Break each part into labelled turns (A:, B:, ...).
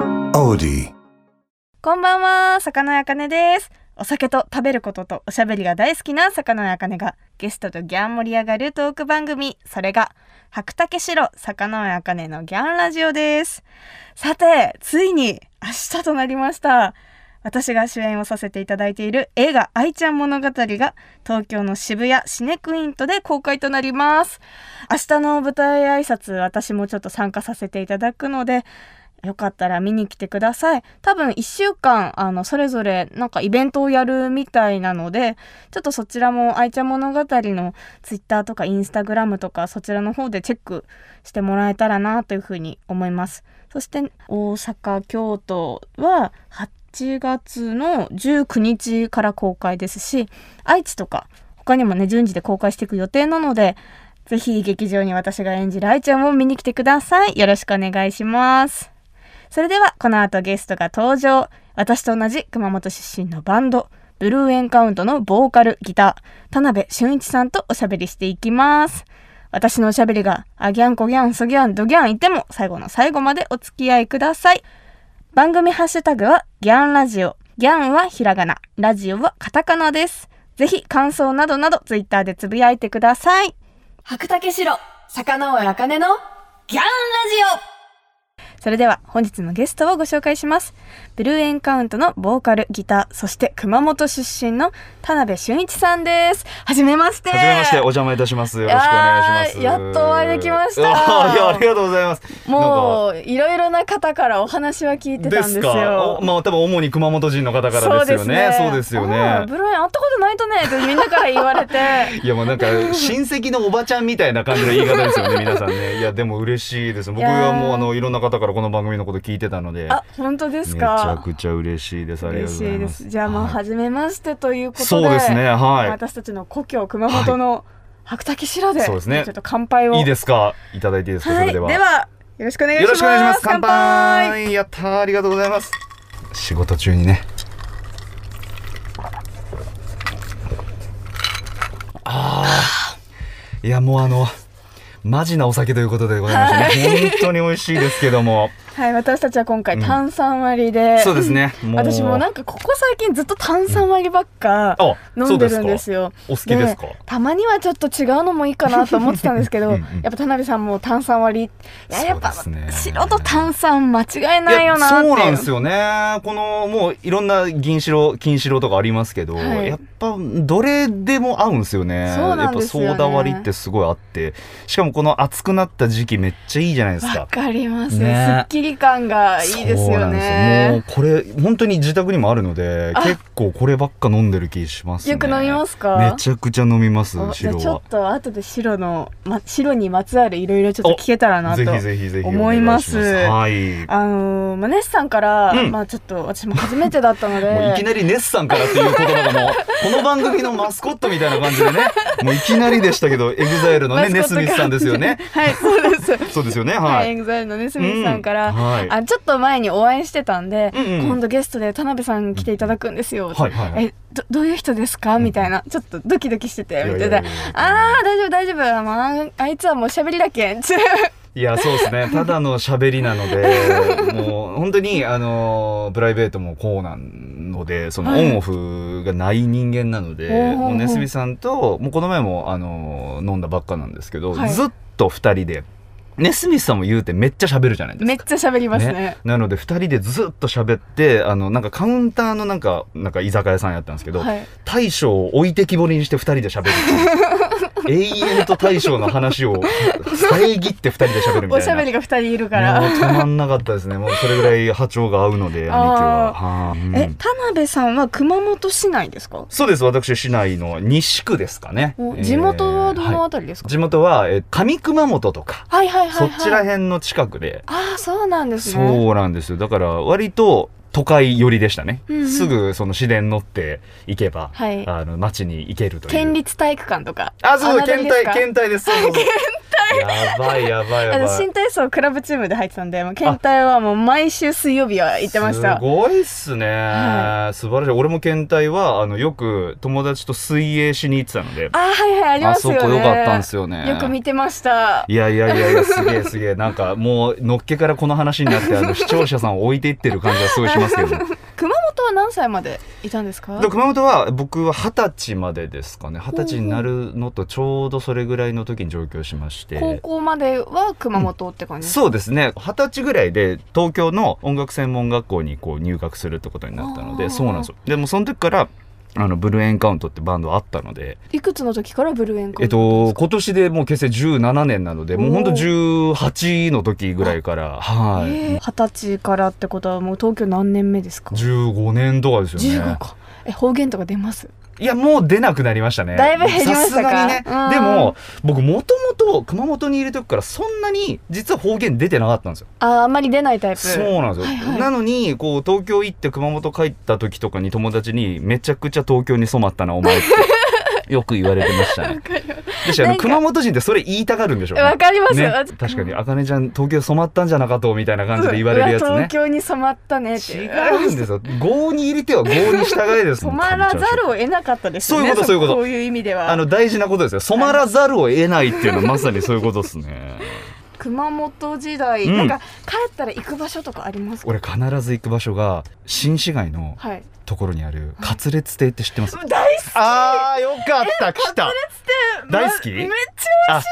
A: Melody.
B: こんばんは、魚屋あかねです。お酒と食べることとおしゃべりが大好きな魚屋あかねがゲストとギャン盛り上がるトーク番組、それが白竹城魚屋あかねのギャンラジオです。さて、ついに明日となりました。私が主演をさせていただいている映画愛ちゃん物語が東京の渋谷シネクイントで公開となります。明日の舞台挨拶、私もちょっと参加させていただくので、よかったら見に来てください。多分1週間、あの、それぞれなんかイベントをやるみたいなので、ちょっとそちらも愛ちゃん物語のツイッターとかインスタグラムとかそちらの方でチェックしてもらえたらなというふうに思います。そして大阪、京都は8月の19日から公開ですし、愛知とか他にもね、順次で公開していく予定なので、ぜひ劇場に私が演じる愛ちゃんを見に来てください。よろしくお願いします。それではこの後ゲストが登場私と同じ熊本出身のバンドブルーエンカウントのボーカルギター田辺俊一さんとおしゃべりしていきます私のおしゃべりがあギャンコギャンソギャンドギャンいても最後の最後までお付き合いください番組ハッシュタグはギャンラジオギャンはひらがなラジオはカタカナですぜひ感想などなどツイッターでつぶやいてください
C: 白竹城坂上茜のギャンラジ
B: それでは本日のゲストをご紹介します。ブルーエンカウントのボーカル、ギター、そして熊本出身の田辺俊一さんです。はじめまして。
D: はじめまして、お邪魔いたします。よろしくお願いします。
B: いやーやっとお会いできました
D: いや、ありがとうございます。
B: もういろいろな方からお話は聞いて
D: なんかで
B: たんですす
D: か。
B: よ
D: お。まあ、多分主に熊本人の方からですよね。そうですよ
B: あー
D: ね。
B: ブ。ルーエン会ったことないとねってみんなから言われて
D: いやもうなんか親戚のおばちゃんみたいな感じの言い方ですよね皆さ んねいやでも嬉しいです僕はもうあのいろんな方からこの番組のこと聞いてたので
B: あ、本当で
D: め
B: す
D: ちゃ
B: か。
D: くちゃ嬉しいですありが
B: 嬉し
D: とうござい
B: いで。
D: ますす
B: じゃあまあ
D: はい
B: 初めましてということで。
D: そうですねは
B: 私たちの故郷熊本の白滝城で、
D: そうですね
B: ちょっと乾杯を。
D: いいいですかいただいていいですかそ
B: はい、
D: れ
B: で
D: では
B: はよろしくお願いし
D: よ
B: ます。
D: ろしくお願いします。
B: 乾
D: 乾
B: 杯。
D: 杯。やったー、ありがとうございます。仕事中にね。ああ。いや、もう、あの。マジなお酒ということでございまして ね。本当に美味しいですけども。
B: はい、私たちは今回
D: うん
B: 炭酸割りで、
D: そうですね。もう
B: 私もなんかここ最近ずっと炭酸割りばっか
D: あ、
B: 飲んでるんです
D: よ。
B: よ。
D: お好きですか。
B: たまにはちょっと違うのもいいかなと思ってたんですけど
D: うんうん
B: やっぱ田辺さんも炭酸割りいややっぱ
D: そうですね
B: 白と炭酸間違いないよなって
D: そうなんですよねこのもういろんな銀白金白とかありますけど、
B: はい
D: やっぱどれでも合うんですよね
B: そうなんですよね
D: やっぱソーダ割りってすごいあってしかもこの暑くなった時期めっちゃいいじゃないです
B: わ
D: か
B: かります、
D: ね
B: すっきり感がいいです
D: そうな
B: よ
D: んで
B: ね
D: すよもうこれ本当に自宅にもあるので結構こればっか飲んでる気しますね
B: よく飲みますか
D: めちゃくちゃ飲みます
B: おじゃあ
D: 白
B: ちょ
D: は
B: っと後で白の、ま、白にまつわるいろいろちょっと聞けたらなと
D: ぜひぜひぜひお
B: 思
D: 願
B: い
D: い
B: ま
D: ますすはい
B: あのー、マネッシさんから、
D: うん
B: まあちょっと私も初めてだったので
D: もういきなりネスさんからっていう言葉がもうこの番組のマスコットみたいな感じ でねもういきなりでしたけどエグザイルのねネスミスさんですよね
B: はいそうですは
D: そうですよね
B: い、
D: はい、
B: エグザイルのネスミスさんから、
D: うんはい
B: あちょっと前にお会いしてたんで、
D: うんうん
B: 今度ゲストで田辺さん来ていただくんですよ、
D: はいはいはい
B: えどどういう人ですかみたいなちょっとドキドキしててみたい
D: い
B: な
D: や
B: い
D: やいやいや
B: あー大丈夫大丈夫、まあ、あいつはもう喋りだけ ん
D: いやそうですねただの喋りなのでもう本当にあのプライベートもこうなのでそのオンオフがない人間なので、
B: おうおうおう
D: もうネスミスさんともうこの前もあの飲んだばっかなんですけど、
B: はい
D: ずっと2人でネスミスさんも言うてめっちゃ喋るじゃないですか
B: めっちゃ喋りますね
D: なので2人でずっと喋ってあのなんかカウンターのなんかなんか居酒屋さんやったんですけど、
B: はい
D: 大将を置いてきぼりにして2人で喋るってい う永遠と大将の話を遮って2人で喋るみたいな
B: おしゃべりが2人いるから、
D: もう止まんなかったですねもうそれぐらい波長が合うので兄貴ははあうん
B: え田辺さんは熊本市内ですか、
D: そうです私市内の西区ですかね
B: お地元はど
D: えー
B: の
D: は
B: あたりです
D: い
B: か、
D: 地元は、えー上熊本とか、
B: はい、はいはいはい、
D: そっちら辺の近くで
B: ああそうなんですね
D: そうなんですよだから割と都会寄りでしたね、
B: うんうん
D: すぐその市電乗って行けば、
B: はい
D: あの町に行けるという
B: 県立体育館とか
D: あそ
B: あ
D: うそう
B: なた
D: 県
B: ですか
D: 体県体ですそうそうそうやばいやばい
B: あ
D: や
B: の
D: ばい
B: 新体操クラブチームで入ってたんでもう県体はもう毎週水曜日は行ってました
D: すごいっすね、
B: は
D: 素晴らしい俺も県体はあのよく友達と水泳しに行ってたので
B: あはいはいありますよね
D: あそこ良かったんすよね
B: よく見てました
D: いやいやいやいやすげえすげえなんかもうのっけからこの話になってあの視聴者さんを置いていってる感じがすごいしますけど
B: 熊本は何歳までいたんですか
D: で熊本は僕は二十歳までですかね二十歳になるのとちょうどそれぐらいの時に上京しまして
B: 高校までは熊本って感じですか、
D: そうですね二十歳ぐらいで東京の音楽専門学校にこう入学するってことになった
B: あ
D: の
B: ー
D: でそうなんですよでもその時からあのブルーエンカウントってバンドあったので、
B: いくつの時からブルーエンカ
D: え
B: ウ
D: っ
B: ント
D: と、今年でもう結成17年なのでもうほんと18の時ぐらいからはい、
B: えー二十歳からってことはもう東京何年目ですか
D: 15年とかですよね
B: 15かえ方言とか出ます
D: いやもう出なくなりましたね
B: だいぶ減りましたか
D: さすが
B: うん
D: にねでも僕もともと熊本にいる時からそんなに実は方言出てなかったんですよ
B: ああんまり出ないタイプ
D: そうなんですよ、
B: はいはい
D: なのにこう東京行って熊本帰った時とかに友達に「めちゃくちゃ東京に染まったなお前」って よく言われてましたねでしあ
B: な
D: の
B: んか
D: 熊本人ってそれ言いたがるんでしょうね
B: わかります
D: ね
B: よ、
D: 確かに「あかねちゃん東京染まったんじゃなかと」みたいな感じで言われるやつ
B: うわ東
D: ね
B: 京に染まったねって
D: 違うんですよ郷に入れては郷に従えですも
B: 染
D: ん
B: まらざるを得なかったですよね
D: そういうことそういうこと
B: こういう意味では
D: あの大事なことですよ染まらざるを得ないっていうのはまさにそういうことですね
B: 熊本時代、
D: うん
B: なんか帰ったら行く場所とかありますか
D: 俺必ず行く場所が新市街の
B: はい
D: ところにあるカツレツ亭って知ってます
B: 大好き
D: あーよかった来た大好き
B: めっちゃ美味しい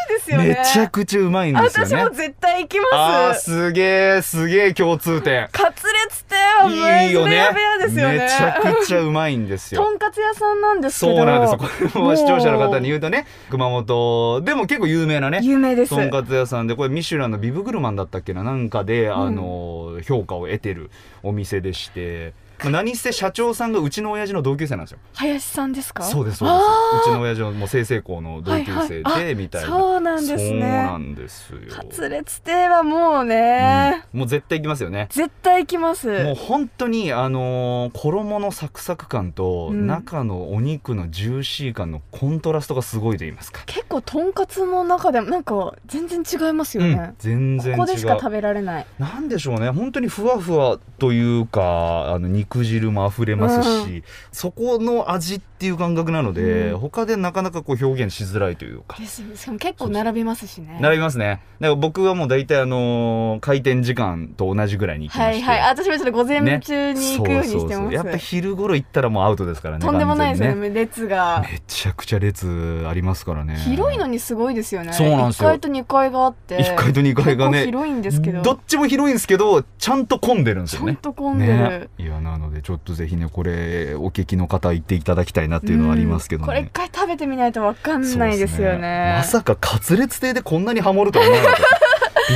B: ですよね
D: めちゃくちゃうまいんですよ
B: 私
D: ね
B: も絶対行き
D: あ
B: ま
D: ー
B: す
D: すげえすげえ共通点
B: カツレツ亭はもう
D: いいよね
B: 部屋ですよね
D: めちゃくちゃうまいんです
B: と
D: よ
B: んかつ屋さんなんですけど
D: そうなんですよこれ
B: もう
D: は視聴者の方に言うとね熊本でも結構有名なね
B: 有名です
D: とんかつ屋さんでこれミシュランのビブグルマンだったっけななんかで、あの評価を得てるお店でして、まあ、何せ社長さんがうちの親父の同級生なんですよ
B: 林さんですか
D: そうですそうです
B: あ
D: うちの親父のもう清々校の同級生
B: はい
D: でみたいな、
B: そうなんです
D: そう
B: ね
D: なんですよ
B: カツレツ亭はもうね、
D: うんもう絶対行きますよね
B: 絶対行きます
D: もう本当にあのー衣のサクサク感と
B: うん
D: 中のお肉のジューシー感のコントラストがすごいと言いますか、
B: 結構とんかつの中でもなんか全然違いますよ
D: う
B: ね、
D: ん、全然違う
B: ここでしか食べられない
D: なんでしょうね本当にふわふわというかあの肉汁も溢れますし、そこの味っていう感覚なので、
B: うん
D: 他でなかなかこう表現しづらいというか。
B: ですしかも結構並びますしね
D: 並びますね。だから僕はもう大体あのー開店時間と同じぐらいに行きま
B: は
D: し
B: い
D: て。
B: はい私もちょっと午前
D: ね
B: 中に行くようにして
D: そうそうそ
B: ま
D: う
B: す、
D: やっぱ昼頃行ったらもうアウトですからね。
B: とんでもないですよ
D: 完
B: ね
D: 全に
B: 列が
D: ね。めちゃくちゃ列ありますからね。
B: 広いのにすごいですよね
D: そうなんですよ
B: 1階と2階があって
D: 一階と二階がね
B: 結構広いんですけど
D: どっちも広いんですけど、ちゃんと混んでるんです
B: ち
D: よ
B: ゃん
D: ね。
B: と混んでる、
D: いやなのでちょっとぜひねこれお聞きの方行っていただきたいなっていうのはありますけどね、
B: これ一回食べてみないとわかん
D: そう
B: ないですよね
D: まさかカツレツ亭でこんなにハモるとは思わなかったび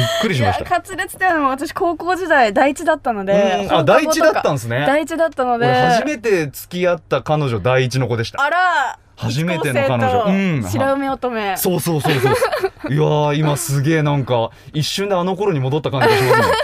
D: っくりしまし
B: いや
D: た
B: カツレツってのも私高校時代第一だったので
D: うんあ第一だった
B: の
D: んですね
B: 第一だったので
D: 俺初めて付き合った彼女第一の子でした
B: あら
D: 初めての彼女
B: う
D: うん
B: ん、白梅乙女
D: そうそうそうそういやー今すげえなんか一瞬であの頃に戻った感じがしますね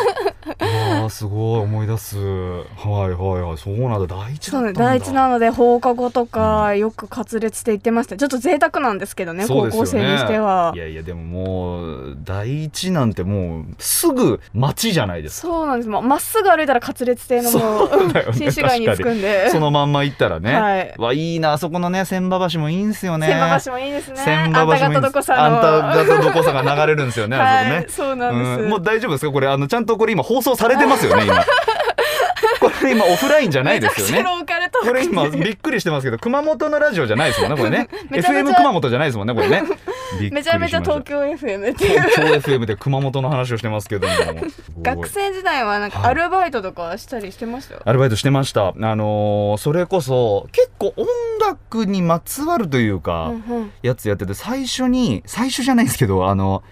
D: あーすごい思い出すはいはいはいそうなんだ第一だ
B: そ
D: っ
B: うね、
D: たんだ
B: 第一なので放課後とかよく滑裂して言ってましたちょっと贅沢なんですけどね
D: そう
B: 高
D: です
B: 校
D: よ
B: 生にしてはい
D: やいやでももう第一なんてもうすぐ街じゃないですか。
B: そうなんですままっすぐ歩いたら滑裂亭のも
D: そうだよ
B: う
D: ね
B: 新市街に着くんで
D: そのまんま行ったらね。
B: はい
D: わいいなあそこのね千葉橋もいいんすよね。
B: 千葉橋もいいですね
D: 千
B: あ
D: 葉
B: んた
D: 橋もいい
B: 方
D: んす
B: どこさの
D: あんた方どこさが流れるんですよね。あそこ
B: は
D: ね
B: い、そうなんです、
D: うんもう大丈夫ですかこれあのちゃんとこれ今放送されてますよね 今。これ今オフラインじゃないですよ
B: めちゃく
D: ね
B: ちゃ。ローカルトーク
D: これ今びっくりしてますけど熊本のラジオじゃないですもんねこれね
B: めちゃめちゃ
D: FM 熊本じゃないですもんねこれねびっくり
B: め
D: し
B: ちゃめちゃ
D: ました
B: 東京 FM っていう
D: 東京 FM で熊本の話をしてま すけどもすごい
B: 学生時代はなんか
D: はい
B: アルバイトとかしたりしてましたよ、
D: アルバイトしてましたあのーそれこそ結構音楽にまつわるというか、
B: うんうん
D: やつやってて最初に最初じゃないですけどあの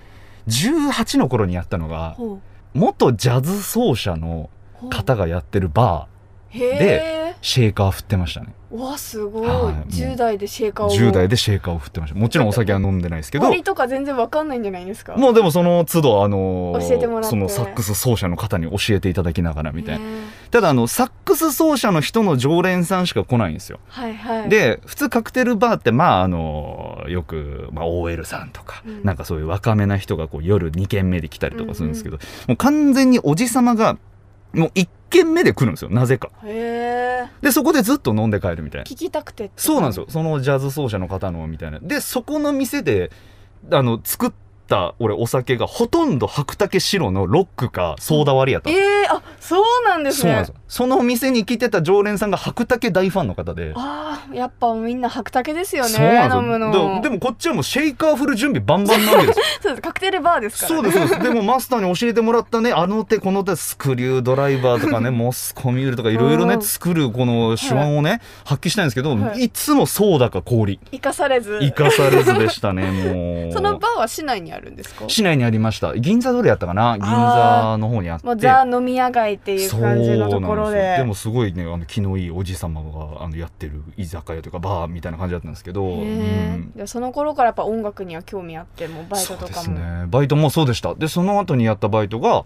D: 18の頃にやったのが
B: ほう
D: 元ジャズ奏者の
B: ほう
D: 方がやってるバー
B: へえ
D: シェーカー振ってましたね
A: わすごい、
D: はいもう
A: 10代でシェイカーを
D: 10代でシェイカーを振ってましたもちろんお酒は飲んでないですけど
A: 割とか全然わかんないんじゃないですか
D: もうでもその都度あの
A: 教えてもらって
D: そのサックス奏者の方に教えていただきながらみたいな、
A: ね
D: ただあのサックス奏者の人の常連さんしか来ないんですよ
A: はいはい
D: で普通カクテルバーってまああのよく、まあ、OL さんとか、
A: うん
D: なんかそういう若めな人がこう夜2軒目で来たりとかするんですけど、もう完全におじさまがもう1軒目で来るんですよなぜか
A: へえ
D: でそこでずっと飲んで帰るみたいな
A: 聞きたくてって
D: そうなんですよそのジャズ奏者の方のみたいなでそこの店であの作った俺お酒がほとんど白竹白のロックかソーダ割りやったの、
A: ええあそうなんですね
D: そうなんですよその店に来てた常連さんが白竹大ファンの方で
A: あーやっぱみんな白竹ですよね
D: そうなんですよ
A: 飲むの
D: ででもこっちはもうシェイカー振る準備バンバンなわけですよ
A: そうですカクテルバーですから、ね、
D: そうですそうですでもマスターに教えてもらったねあの手この手スクリュードライバーとか ねモスコミュールとかいろいろ
A: う
D: ね
A: ん
D: 作るこの手腕をね発揮したいんですけど、
A: はい
D: い、つもソーダか氷
A: 生かされず
D: 生かされずでした ねもう
A: そのバーは市内にあるんですか
D: 市内にありました銀座通りやったかな銀座の方にあって
A: もうザ飲み屋街っていう感じのところで
D: そうなんすよでもすごいねあの気のいいおじ様があのやってる居酒屋というかバーみたいな感じだったんですけど、
A: へ
D: う
A: え
D: ん
A: じゃあその頃からやっぱ音楽には興味あってもうバイトとか
D: そう
A: も、
D: ですねバイトもそうでしたでその後にやったバイトが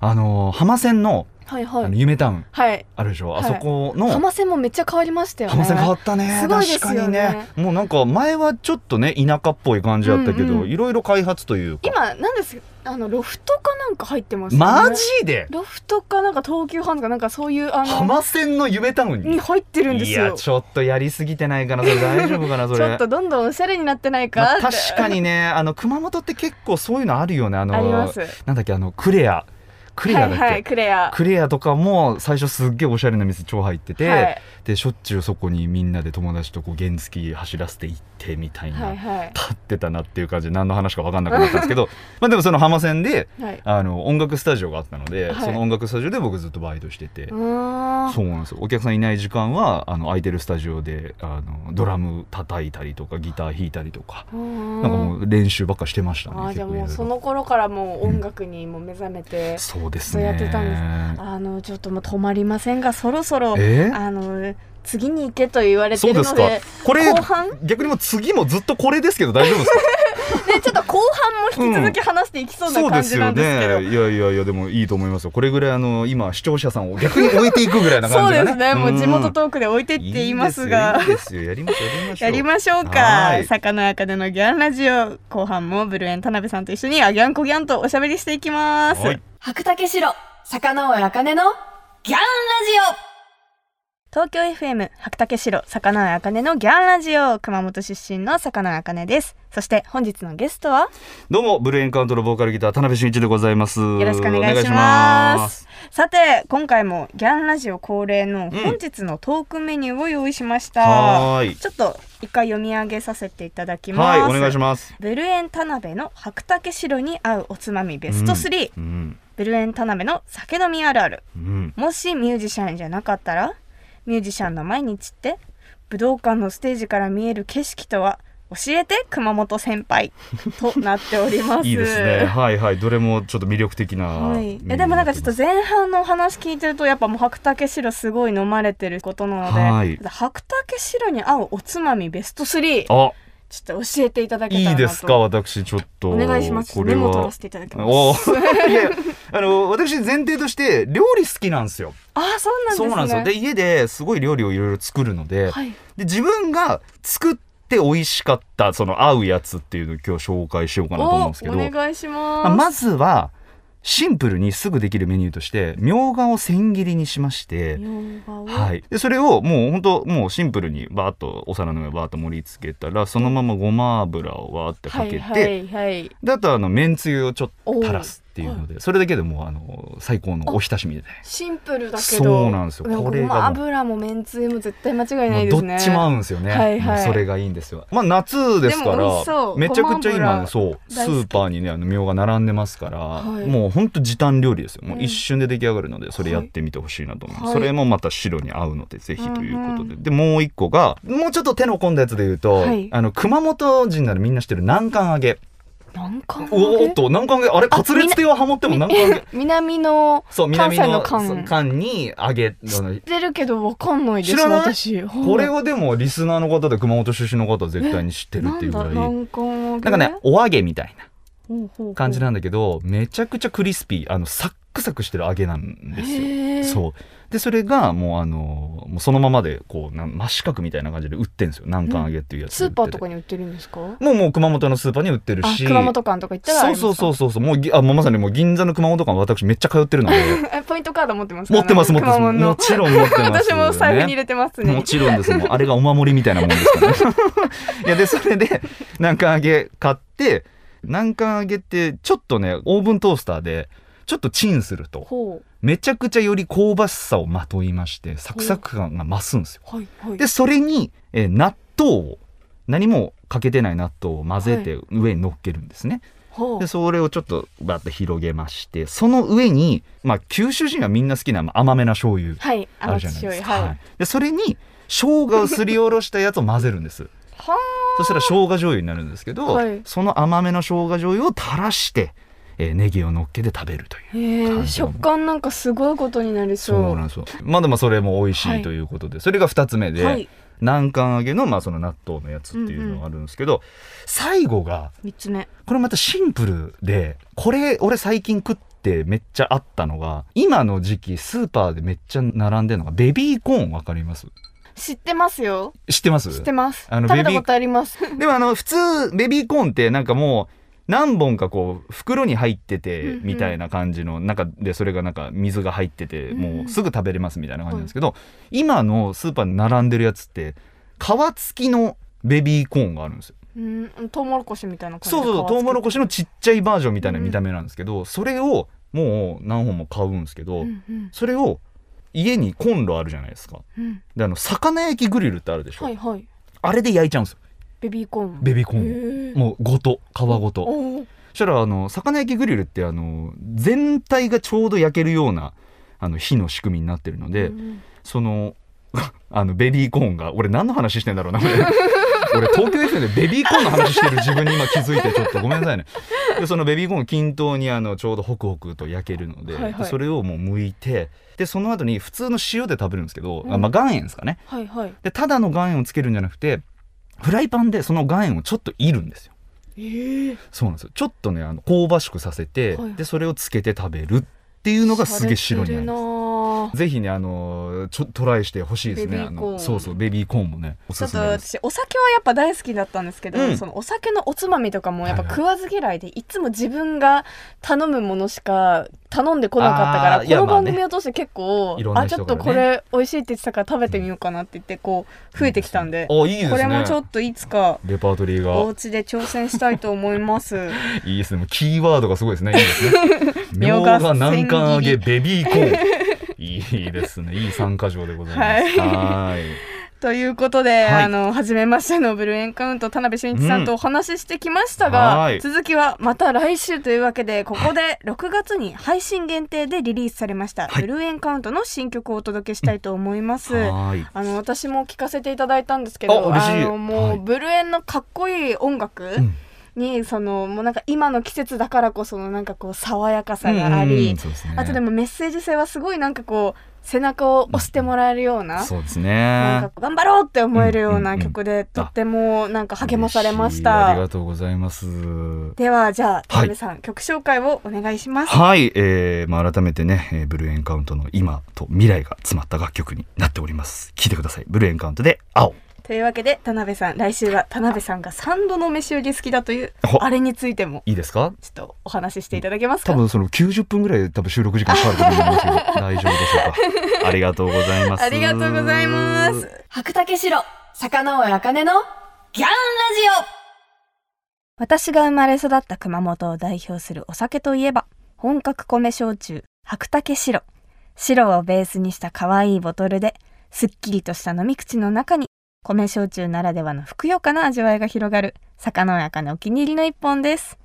D: あの浜線の
A: はい
D: あ
A: は
D: の
A: い
D: 夢タウン
A: はい
D: あるでしょ、
A: はい
D: あそこの
A: 浜線もめっちゃ変わりましたよね
D: 浜線変わったね
A: すごいですよね
D: 確かにねもうなんか前はちょっとね田舎っぽい感じだったけ
A: うん
D: ど
A: うん
D: いろいろ開発というか
A: 今なんですあのロフトかなんか入ってますよね
D: マジで
A: ロフトかなんか東急ハンズかなんかそういうあの
D: 浜線の夢タウンに
A: に入ってるんです
D: いや
A: よ
D: ちょっとやりすぎてないかなそれ大丈夫かなそれ
A: ちょっとどんどんおしゃれになってないか、
D: まあ
A: って
D: 確かにねあの熊本って結構そういうのあるよねあの
A: あります
D: なんだっけあのクレアクレアだっけ、
A: はいはいクレア
D: クレアとかも最初すっげえおしゃれな店超入ってて、
A: はい
D: でしょっちゅうそこにみんなで友達とこう原付走らせて行ってみたいな、
A: はいは
D: 立ってたなっていう感じで何の話か分かんなくなったんです けどまあでもその浜線で
A: いはい
D: あの音楽スタジオがあったので、
A: はい
D: その音楽スタジオで僕ずっとバイトしてて、
A: うーん
D: そうなんですよお客さんいない時間はあの空いてるスタジオであのドラム叩いたりとかギター弾いたりとか、
A: うん
D: なんかもう練習ばっかしてましたね
A: あーじゃあ
D: 結構いろ
A: も
D: いうろ
A: その頃からもう音楽にも目覚めて、
D: そうです
A: そう
D: ね
A: やってたんですあのちょっともう止まりませんがそろそろ
D: え
A: あの次に行けと言われて
D: そ
A: る
D: うで
A: の
D: すか
A: で
D: これ
A: 後半
D: 逆にもう次もずっとこれですけど 大丈夫ですか
A: でちょっと後半も引き続き話していきそうな
D: そうで
A: 感じ
D: す
A: な
D: よ
A: んですけど、
D: ねいやいやいやでもいいと思いますよこれぐらいあの今視聴者さんを逆に置いていくぐらいな
A: そ
D: 感
A: う
D: じ
A: で
D: がね
A: すねもう地元
D: ん
A: トークで置いてって言いますが
D: いいですよいいですよやりましょうやりましょ
B: や
D: う
B: りましょう
D: は
B: か
D: い
B: 魚やかでのギャンラジオ後半もブルエン田辺さんと一緒にあギャンコギャンとおしゃべりしていきます
D: はい
C: 白竹城、坂上茜のギャンラジオ
B: 東京 FM 白竹城魚やかねのギャンラジオ熊本出身の魚やかねですそして本日のゲストは
D: どうもブルーエンカウントのボーカルギター田辺俊一でございますよ
B: よろしくお願いしますさて今回もギャンラジオ恒例の本日のトークメニューを用意しました、
D: はーい
B: ちょっと一回読み上げさせていただきま
D: はい
B: す
D: お願いします
B: ブルエン田辺の白竹城に合うおつまみベスト3、
D: うん
B: ブルエン田辺の酒飲みあるある
D: うん
B: もしミュージシャンじゃなかったらミュージシャンの毎日って武道館のステージから見える景色とは教えて熊本先輩となっております
D: いいですねはいはいどれもちょっと魅力的な、
B: はい、いやでもなんかちょっと前半のお話聞いてるとやっぱもう白竹白すごい飲まれてることなので、
D: はい
B: 白竹白に合うおつまみベスト3ちょっ
D: あ
B: と教えていただけたら
D: い
B: ないと
D: ですか私ちょっと
B: お願いします
D: これ
B: メモ取
D: は
B: らせていただきます
D: おー いやいやあの私前提として料理好きなんですよ
B: ああそうなんです
D: そ
B: ね
D: うなんですよで家ですごい料理をいろいろ作るので,、
A: はい
D: で自分が作って美味しかったその合うやつっていうのを今日紹介しようかなと思うんですけど
A: おお願いしま、
D: ますあまずはシンプルにすぐできるメニューとしてみょうがを千切りにしまして
A: みょうがを
D: はい、でそれをもうほんともうシンプルにバーッとお皿の上バーッと盛り付けたらそのままごま油をわーってかけて、
A: はいはいはい
D: であとはあのめんつゆをちょっと垂らすっていうのでそれだけでもうあの最高のおひたしみで
A: シンプルだけど
D: そうなんですよ
A: も
D: これが
A: ご
D: もう
A: ま油もめんつゆも絶対間違いない
D: も
A: うで
D: ど
A: す
D: っ
A: ね
D: ちも合うんですよね、
A: はいはい
D: もうそれがいいんですよまあ夏ですか
A: でも美味しそ
D: ら
A: う
D: めちゃくちゃ
A: ごま油
D: 今そうス
A: 大好き
D: ーパーにねあのみょうが並んでますから、
A: はい
D: もうほんと時短料理ですよも
A: う
D: うん一瞬で出来上がるのでそれやってみてほしいなと思いま
A: は
D: す、
A: い
D: それもまた白に合うのでぜひということで、でもう一個がもうちょっと手の込んだやつで言うと、
A: はい
D: あの熊本人ならみんな知ってる南関揚げ
A: 南関
D: うおおっと南関係あれ
A: あ
D: カツレツ亭はハモっても南関係
A: 南の
D: そう南の
A: 関西の関
D: 関に揚げ
A: 出るけどわかんないです
D: 知らない
A: 私はい
D: これをでもリスナーの方で熊本出身の方は絶対に知ってるっていうぐら
A: な
D: い
A: んだ
D: なん
A: 南関揚げ
D: かねお揚げみたいな
A: ほうほうほう
D: 感じなんだけどめちゃくちゃクリスピーあのサックサクしてる揚げなんですよ
A: へー
D: そうでそれがもうあのもうそのままでこうなん真四角みたいな感じで売ってんですよ南関揚げっていうやつ
A: スーパーとか
D: に
A: に売ってるんですか
D: もうもう熊本のスーパーに売ってる
A: あ
D: し
A: 熊本館とか行ったらあり
D: そう
A: ます
D: そ
A: か
D: うそうそうそうもうぎあもうまさにもう銀座の熊本館私めっちゃ通ってるので
A: えポイントカード持ってますか
D: 持ってます持ってます
A: 熊本
D: も
A: の
D: ちろん持って ます、
B: 私も財布に入れてますね
D: もちろんですもうあれがお守りみたいなもんですからねいやでそれで南関揚げ買って南関揚げってちょっとねオーブントースターでちょっとチンすると
A: ほ
D: めちゃくちゃより香ばしさをまといましてサクサク感が増すんですよ
A: うはいはい
D: でそれに、えー納豆を何もかけてない納豆を混ぜて上に乗っけるんですね、
A: ほう
D: でそれをちょっとバッと広げましてその上に、まあ、九州人がみんな好きなまあ甘めな醤油
A: はい
D: ある
A: 甘
D: じゃない
A: 塩
D: です
A: い
D: か、は、
A: はい
D: でそれに生姜をすりおろしたやつを混ぜるんです
A: は
D: そしたら生姜醤油になるんですけど、
A: はい
D: その甘めの生姜醤油を垂らして、えーネギを乗っけて食べると
A: い
D: いう。
A: へー
D: 感じの
A: 食感なんかすごいことになりそう
D: そうなんですよまあでもそれも美味し
A: はいい
D: ということで、それが2つ目で、
A: はい
D: 南関揚げの,、まあその納豆のやつっていうのがあるんですけど、最後が
A: 三つ目
D: これまたシンプルでこれ俺最近食ってめっちゃあったのが今の時期スーパーでめっちゃ並んでるのがベビーコーンわかります
A: 知ってますよ
D: 知ってます
A: 知ってます
D: あの
A: 食べ
D: ベ
A: た
D: ビー
A: ことあります
D: でもあの普通ベビーコーンってなんかもう何本かこう袋に入って
A: うん
D: て
A: うん
D: みたいな感じの中でそれがなんか水が入ってて
A: うん
D: もうすぐ食べれますみたいな感じなんですけど今のスーパーに並んでるやつって皮付きのベビーコーンがあるんですよ。
A: うんトウモロコシみたいな感じ
D: そうそうそうトウモロコ
A: シ
D: シのちっちゃいバージョンみたいな
A: うん
D: 見た目なんですけどそれをもう何本も買うんですけど
A: うんうん
D: それを家にコンロあるじゃないですか。
A: うん
D: であの魚焼きグリルってあるでしょ、
A: はいはい
D: あれで焼いちゃうんですよ
A: ベビーコーン
D: ベビーコーンを。
A: へー
D: もうごと皮ごと
A: おー
D: そしたらあの魚焼きグリルってあの全体がちょうど焼けるようなあの火の仕組みになってるので、
A: うん
D: その あのベビーコーンが俺何の話してんだろうな俺 俺東京 FM でベビーコーンの話してる自分に今気づいてちょっとごめんなさいねでそのベビーコーンを均等にあのちょうどホクホクと焼けるので,、
A: はいはい
D: でそれをもう剥いてでその後に普通の塩で食べるんですけど、
A: うん
D: あまあ、岩塩ですかね
A: はいはい
D: でただの岩塩をつけるんじゃなくてフライパンでその岩塩をちょっといるんですよ
A: ええ
D: そうなんですよちょっとねあの香ばしくさせて、
A: はい
D: でそれをつけて食べるっていうのがすげえ白になります
A: ます
D: ぜひねあのちょトライしてほしいですね
A: ベビーコーン
D: あのそうそうベビーコーンもねお
B: ちょ
D: す
B: っ
D: す
B: と
D: めです
B: 私お酒はやっぱ大好きだったんですけど、
D: うん
B: そのお酒のおつまみとかもやっぱ
D: はいはい
B: 食わず嫌いで、いつも自分が頼むものしか頼んでこなかったから
D: あー
B: こ
D: いや
B: の
D: まあ
B: 番
D: ね
B: 組を通して結構、
D: いろんな
B: あちょ
D: 人
B: っ
D: から
B: と
D: ね
B: これ美味しいって言ってたから食べてみようかなって言ってこう増えてきたんで、
D: あいいですね
B: これもちょっといつか
D: レパートリー
B: お
D: が
B: 家で挑戦したいと思います
D: いいですねもうキーワードがすごいですねいいです ねみょ
B: 苗
D: う
B: が
D: が南関揚げ
B: 千
D: ベビーコーンいいですねいい参加条でございますはーい
B: ということで、
D: はい
B: あの初めましてのブルーエンカウント田辺俊一さんとお話ししてきました
D: うん
B: が、
D: はい
B: 続きはまた来週というわけでここで6月に配信限定でリリースされました、
D: はい
B: ブルーエンカウントの新曲をお届けしたいと思います。
D: はーい
B: あの私も聞かせていただいたんですけど
D: あ嬉しい
B: のもう、
D: はい
B: ブルーエンのかっこいい音楽、
D: うん
B: にそのもうなんか今の季節だからこそのなんかこう爽やかさがあ
D: うんうん
B: り、
D: うんそうすね
B: あとでもメッセージ性はすごいなんかこう背中を押してもらえるような、
D: そうです
B: なん
D: ね
B: か頑張ろうって思えるよう
D: うんう
B: なん
D: うん
B: 曲で、とってもなんか励まされまし
D: 嬉いあり
B: た。
D: がとうございます
B: ではじゃあ田辺さん、曲紹介をお願いします。
D: はい、えーまあ、改めてね、えーブルーエンカウントの今と未来が詰まった楽曲になっております聴いてくださいブルーエンカウントで青
B: というわけで田辺さん来週は田辺さんが三度の飯より好きだという
D: ほ
B: あれについても
D: いいですか
B: ちょっとお話ししていただけます
D: 多
B: か。
D: 分その90分ぐらい多分収録時間かかると思うんですけど 大丈夫でしょうかありがとうございます
B: ありがとうございます。
C: 白竹城坂上茜のギャンラジオ
B: 私が生まれ育った熊本を代表するお酒といえば本格米焼酎白竹白白をベースにした可愛いボトルですっきりとした飲み口の中に米焼酎ならではのふくよかな味わいが広がる坂のやかのお気に入りの一本です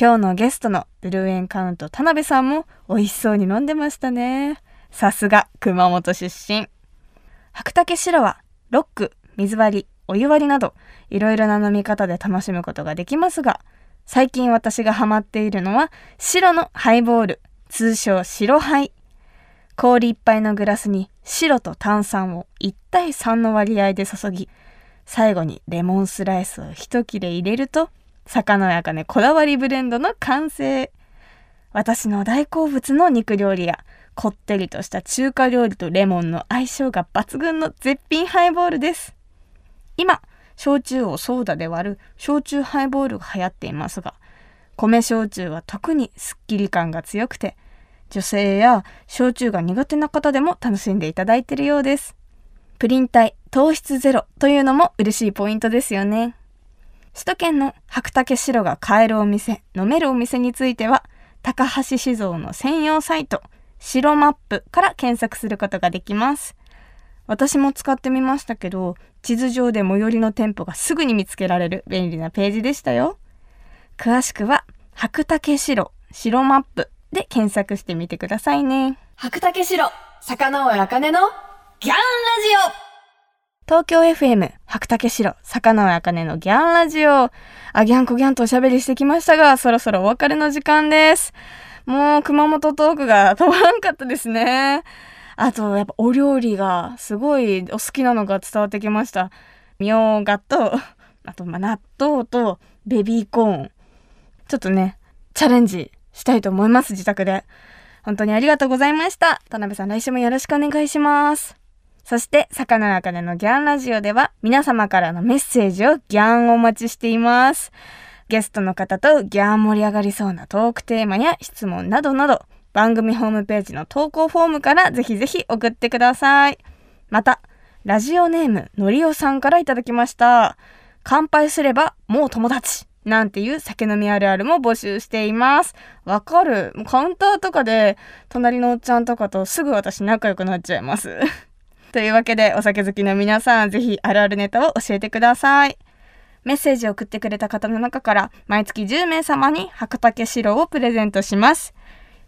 B: 今日のゲストのブルーエンカウント田辺さんも美味しそうに飲んでましたねさすが熊本出身白竹白はロック水割りお湯割りなどいろいろな飲み方で楽しむことができますが最近私がハマっているのは白のハイボール通称白ハイ氷いっぱいのグラスに白と炭酸を1対3の割合で注ぎ最後にレモンスライスを一切れ入れると魚やかねこだわりブレンドの完成私の大好物の肉料理やこってりとした中華料理とレモンの相性が抜群の絶品ハイボールです今焼酎をソーダで割る焼酎ハイボールが流行っていますが米焼酎は特にすっきり感が強くて女性や焼酎が苦手な方でも楽しんでいただいているようですプリン体糖質ゼロというのも嬉しいポイントですよね首都圏の白竹白が買えるお店飲めるお店については高橋酒造の専用サイト白マップから検索することができます私も使ってみましたけど地図上で最寄りの店舗がすぐに見つけられる便利なページでしたよ詳しくは白竹白白マップで検索してみてくださいね
C: 白竹城、坂上茜のギャンラジ
B: 東京 FM 白竹城坂上茜のギャンラジオあギャンコギャンとおしゃべりしてきましたがそろそろお別れの時間ですもう熊本トークが止まらんかったですねあとやっぱお料理がすごいお好きなのが伝わってきましたみょうがとあとまあ納豆とベビーコーンちょっとねチャレンジしたいと思います自宅で本当にありがとうございました田辺さん来週もよろしくお願いしますそして、魚の茜のギャンラジオでは、皆様からのメッセージをギャンお待ちしています。ゲストの方とギャン盛り上がりそうなトークテーマや質問などなど、番組ホームページの投稿フォームからぜひぜひ送ってください。また、ラジオネームのりおさんからいただきました。乾杯すればもう友達なんていう酒飲みあるあるも募集しています。わかる。もうカウンターとかで隣のおっちゃんとかとすぐ私仲良くなっちゃいます。というわけでお酒好きの皆さんぜひあるあるネタを教えてくださいメッセージを送ってくれた方の中から毎月10名様に白竹白をプレゼントします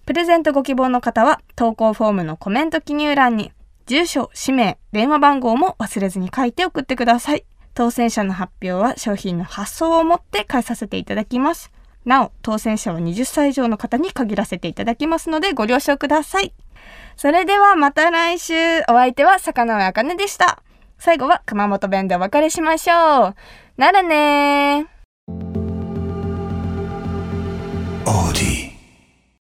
B: プレゼントご希望の方は投稿フォームのコメント記入欄に住所、氏名、電話番号も忘れずに書いて送ってください当選者の発表は商品の発送をもって返させていただきますなお当選者は20歳以上の方に限らせていただきますのでご了承くださいそれではまた来週お相手は坂上茜でした最後は熊本弁でお別れしましょうならねー
E: Audi.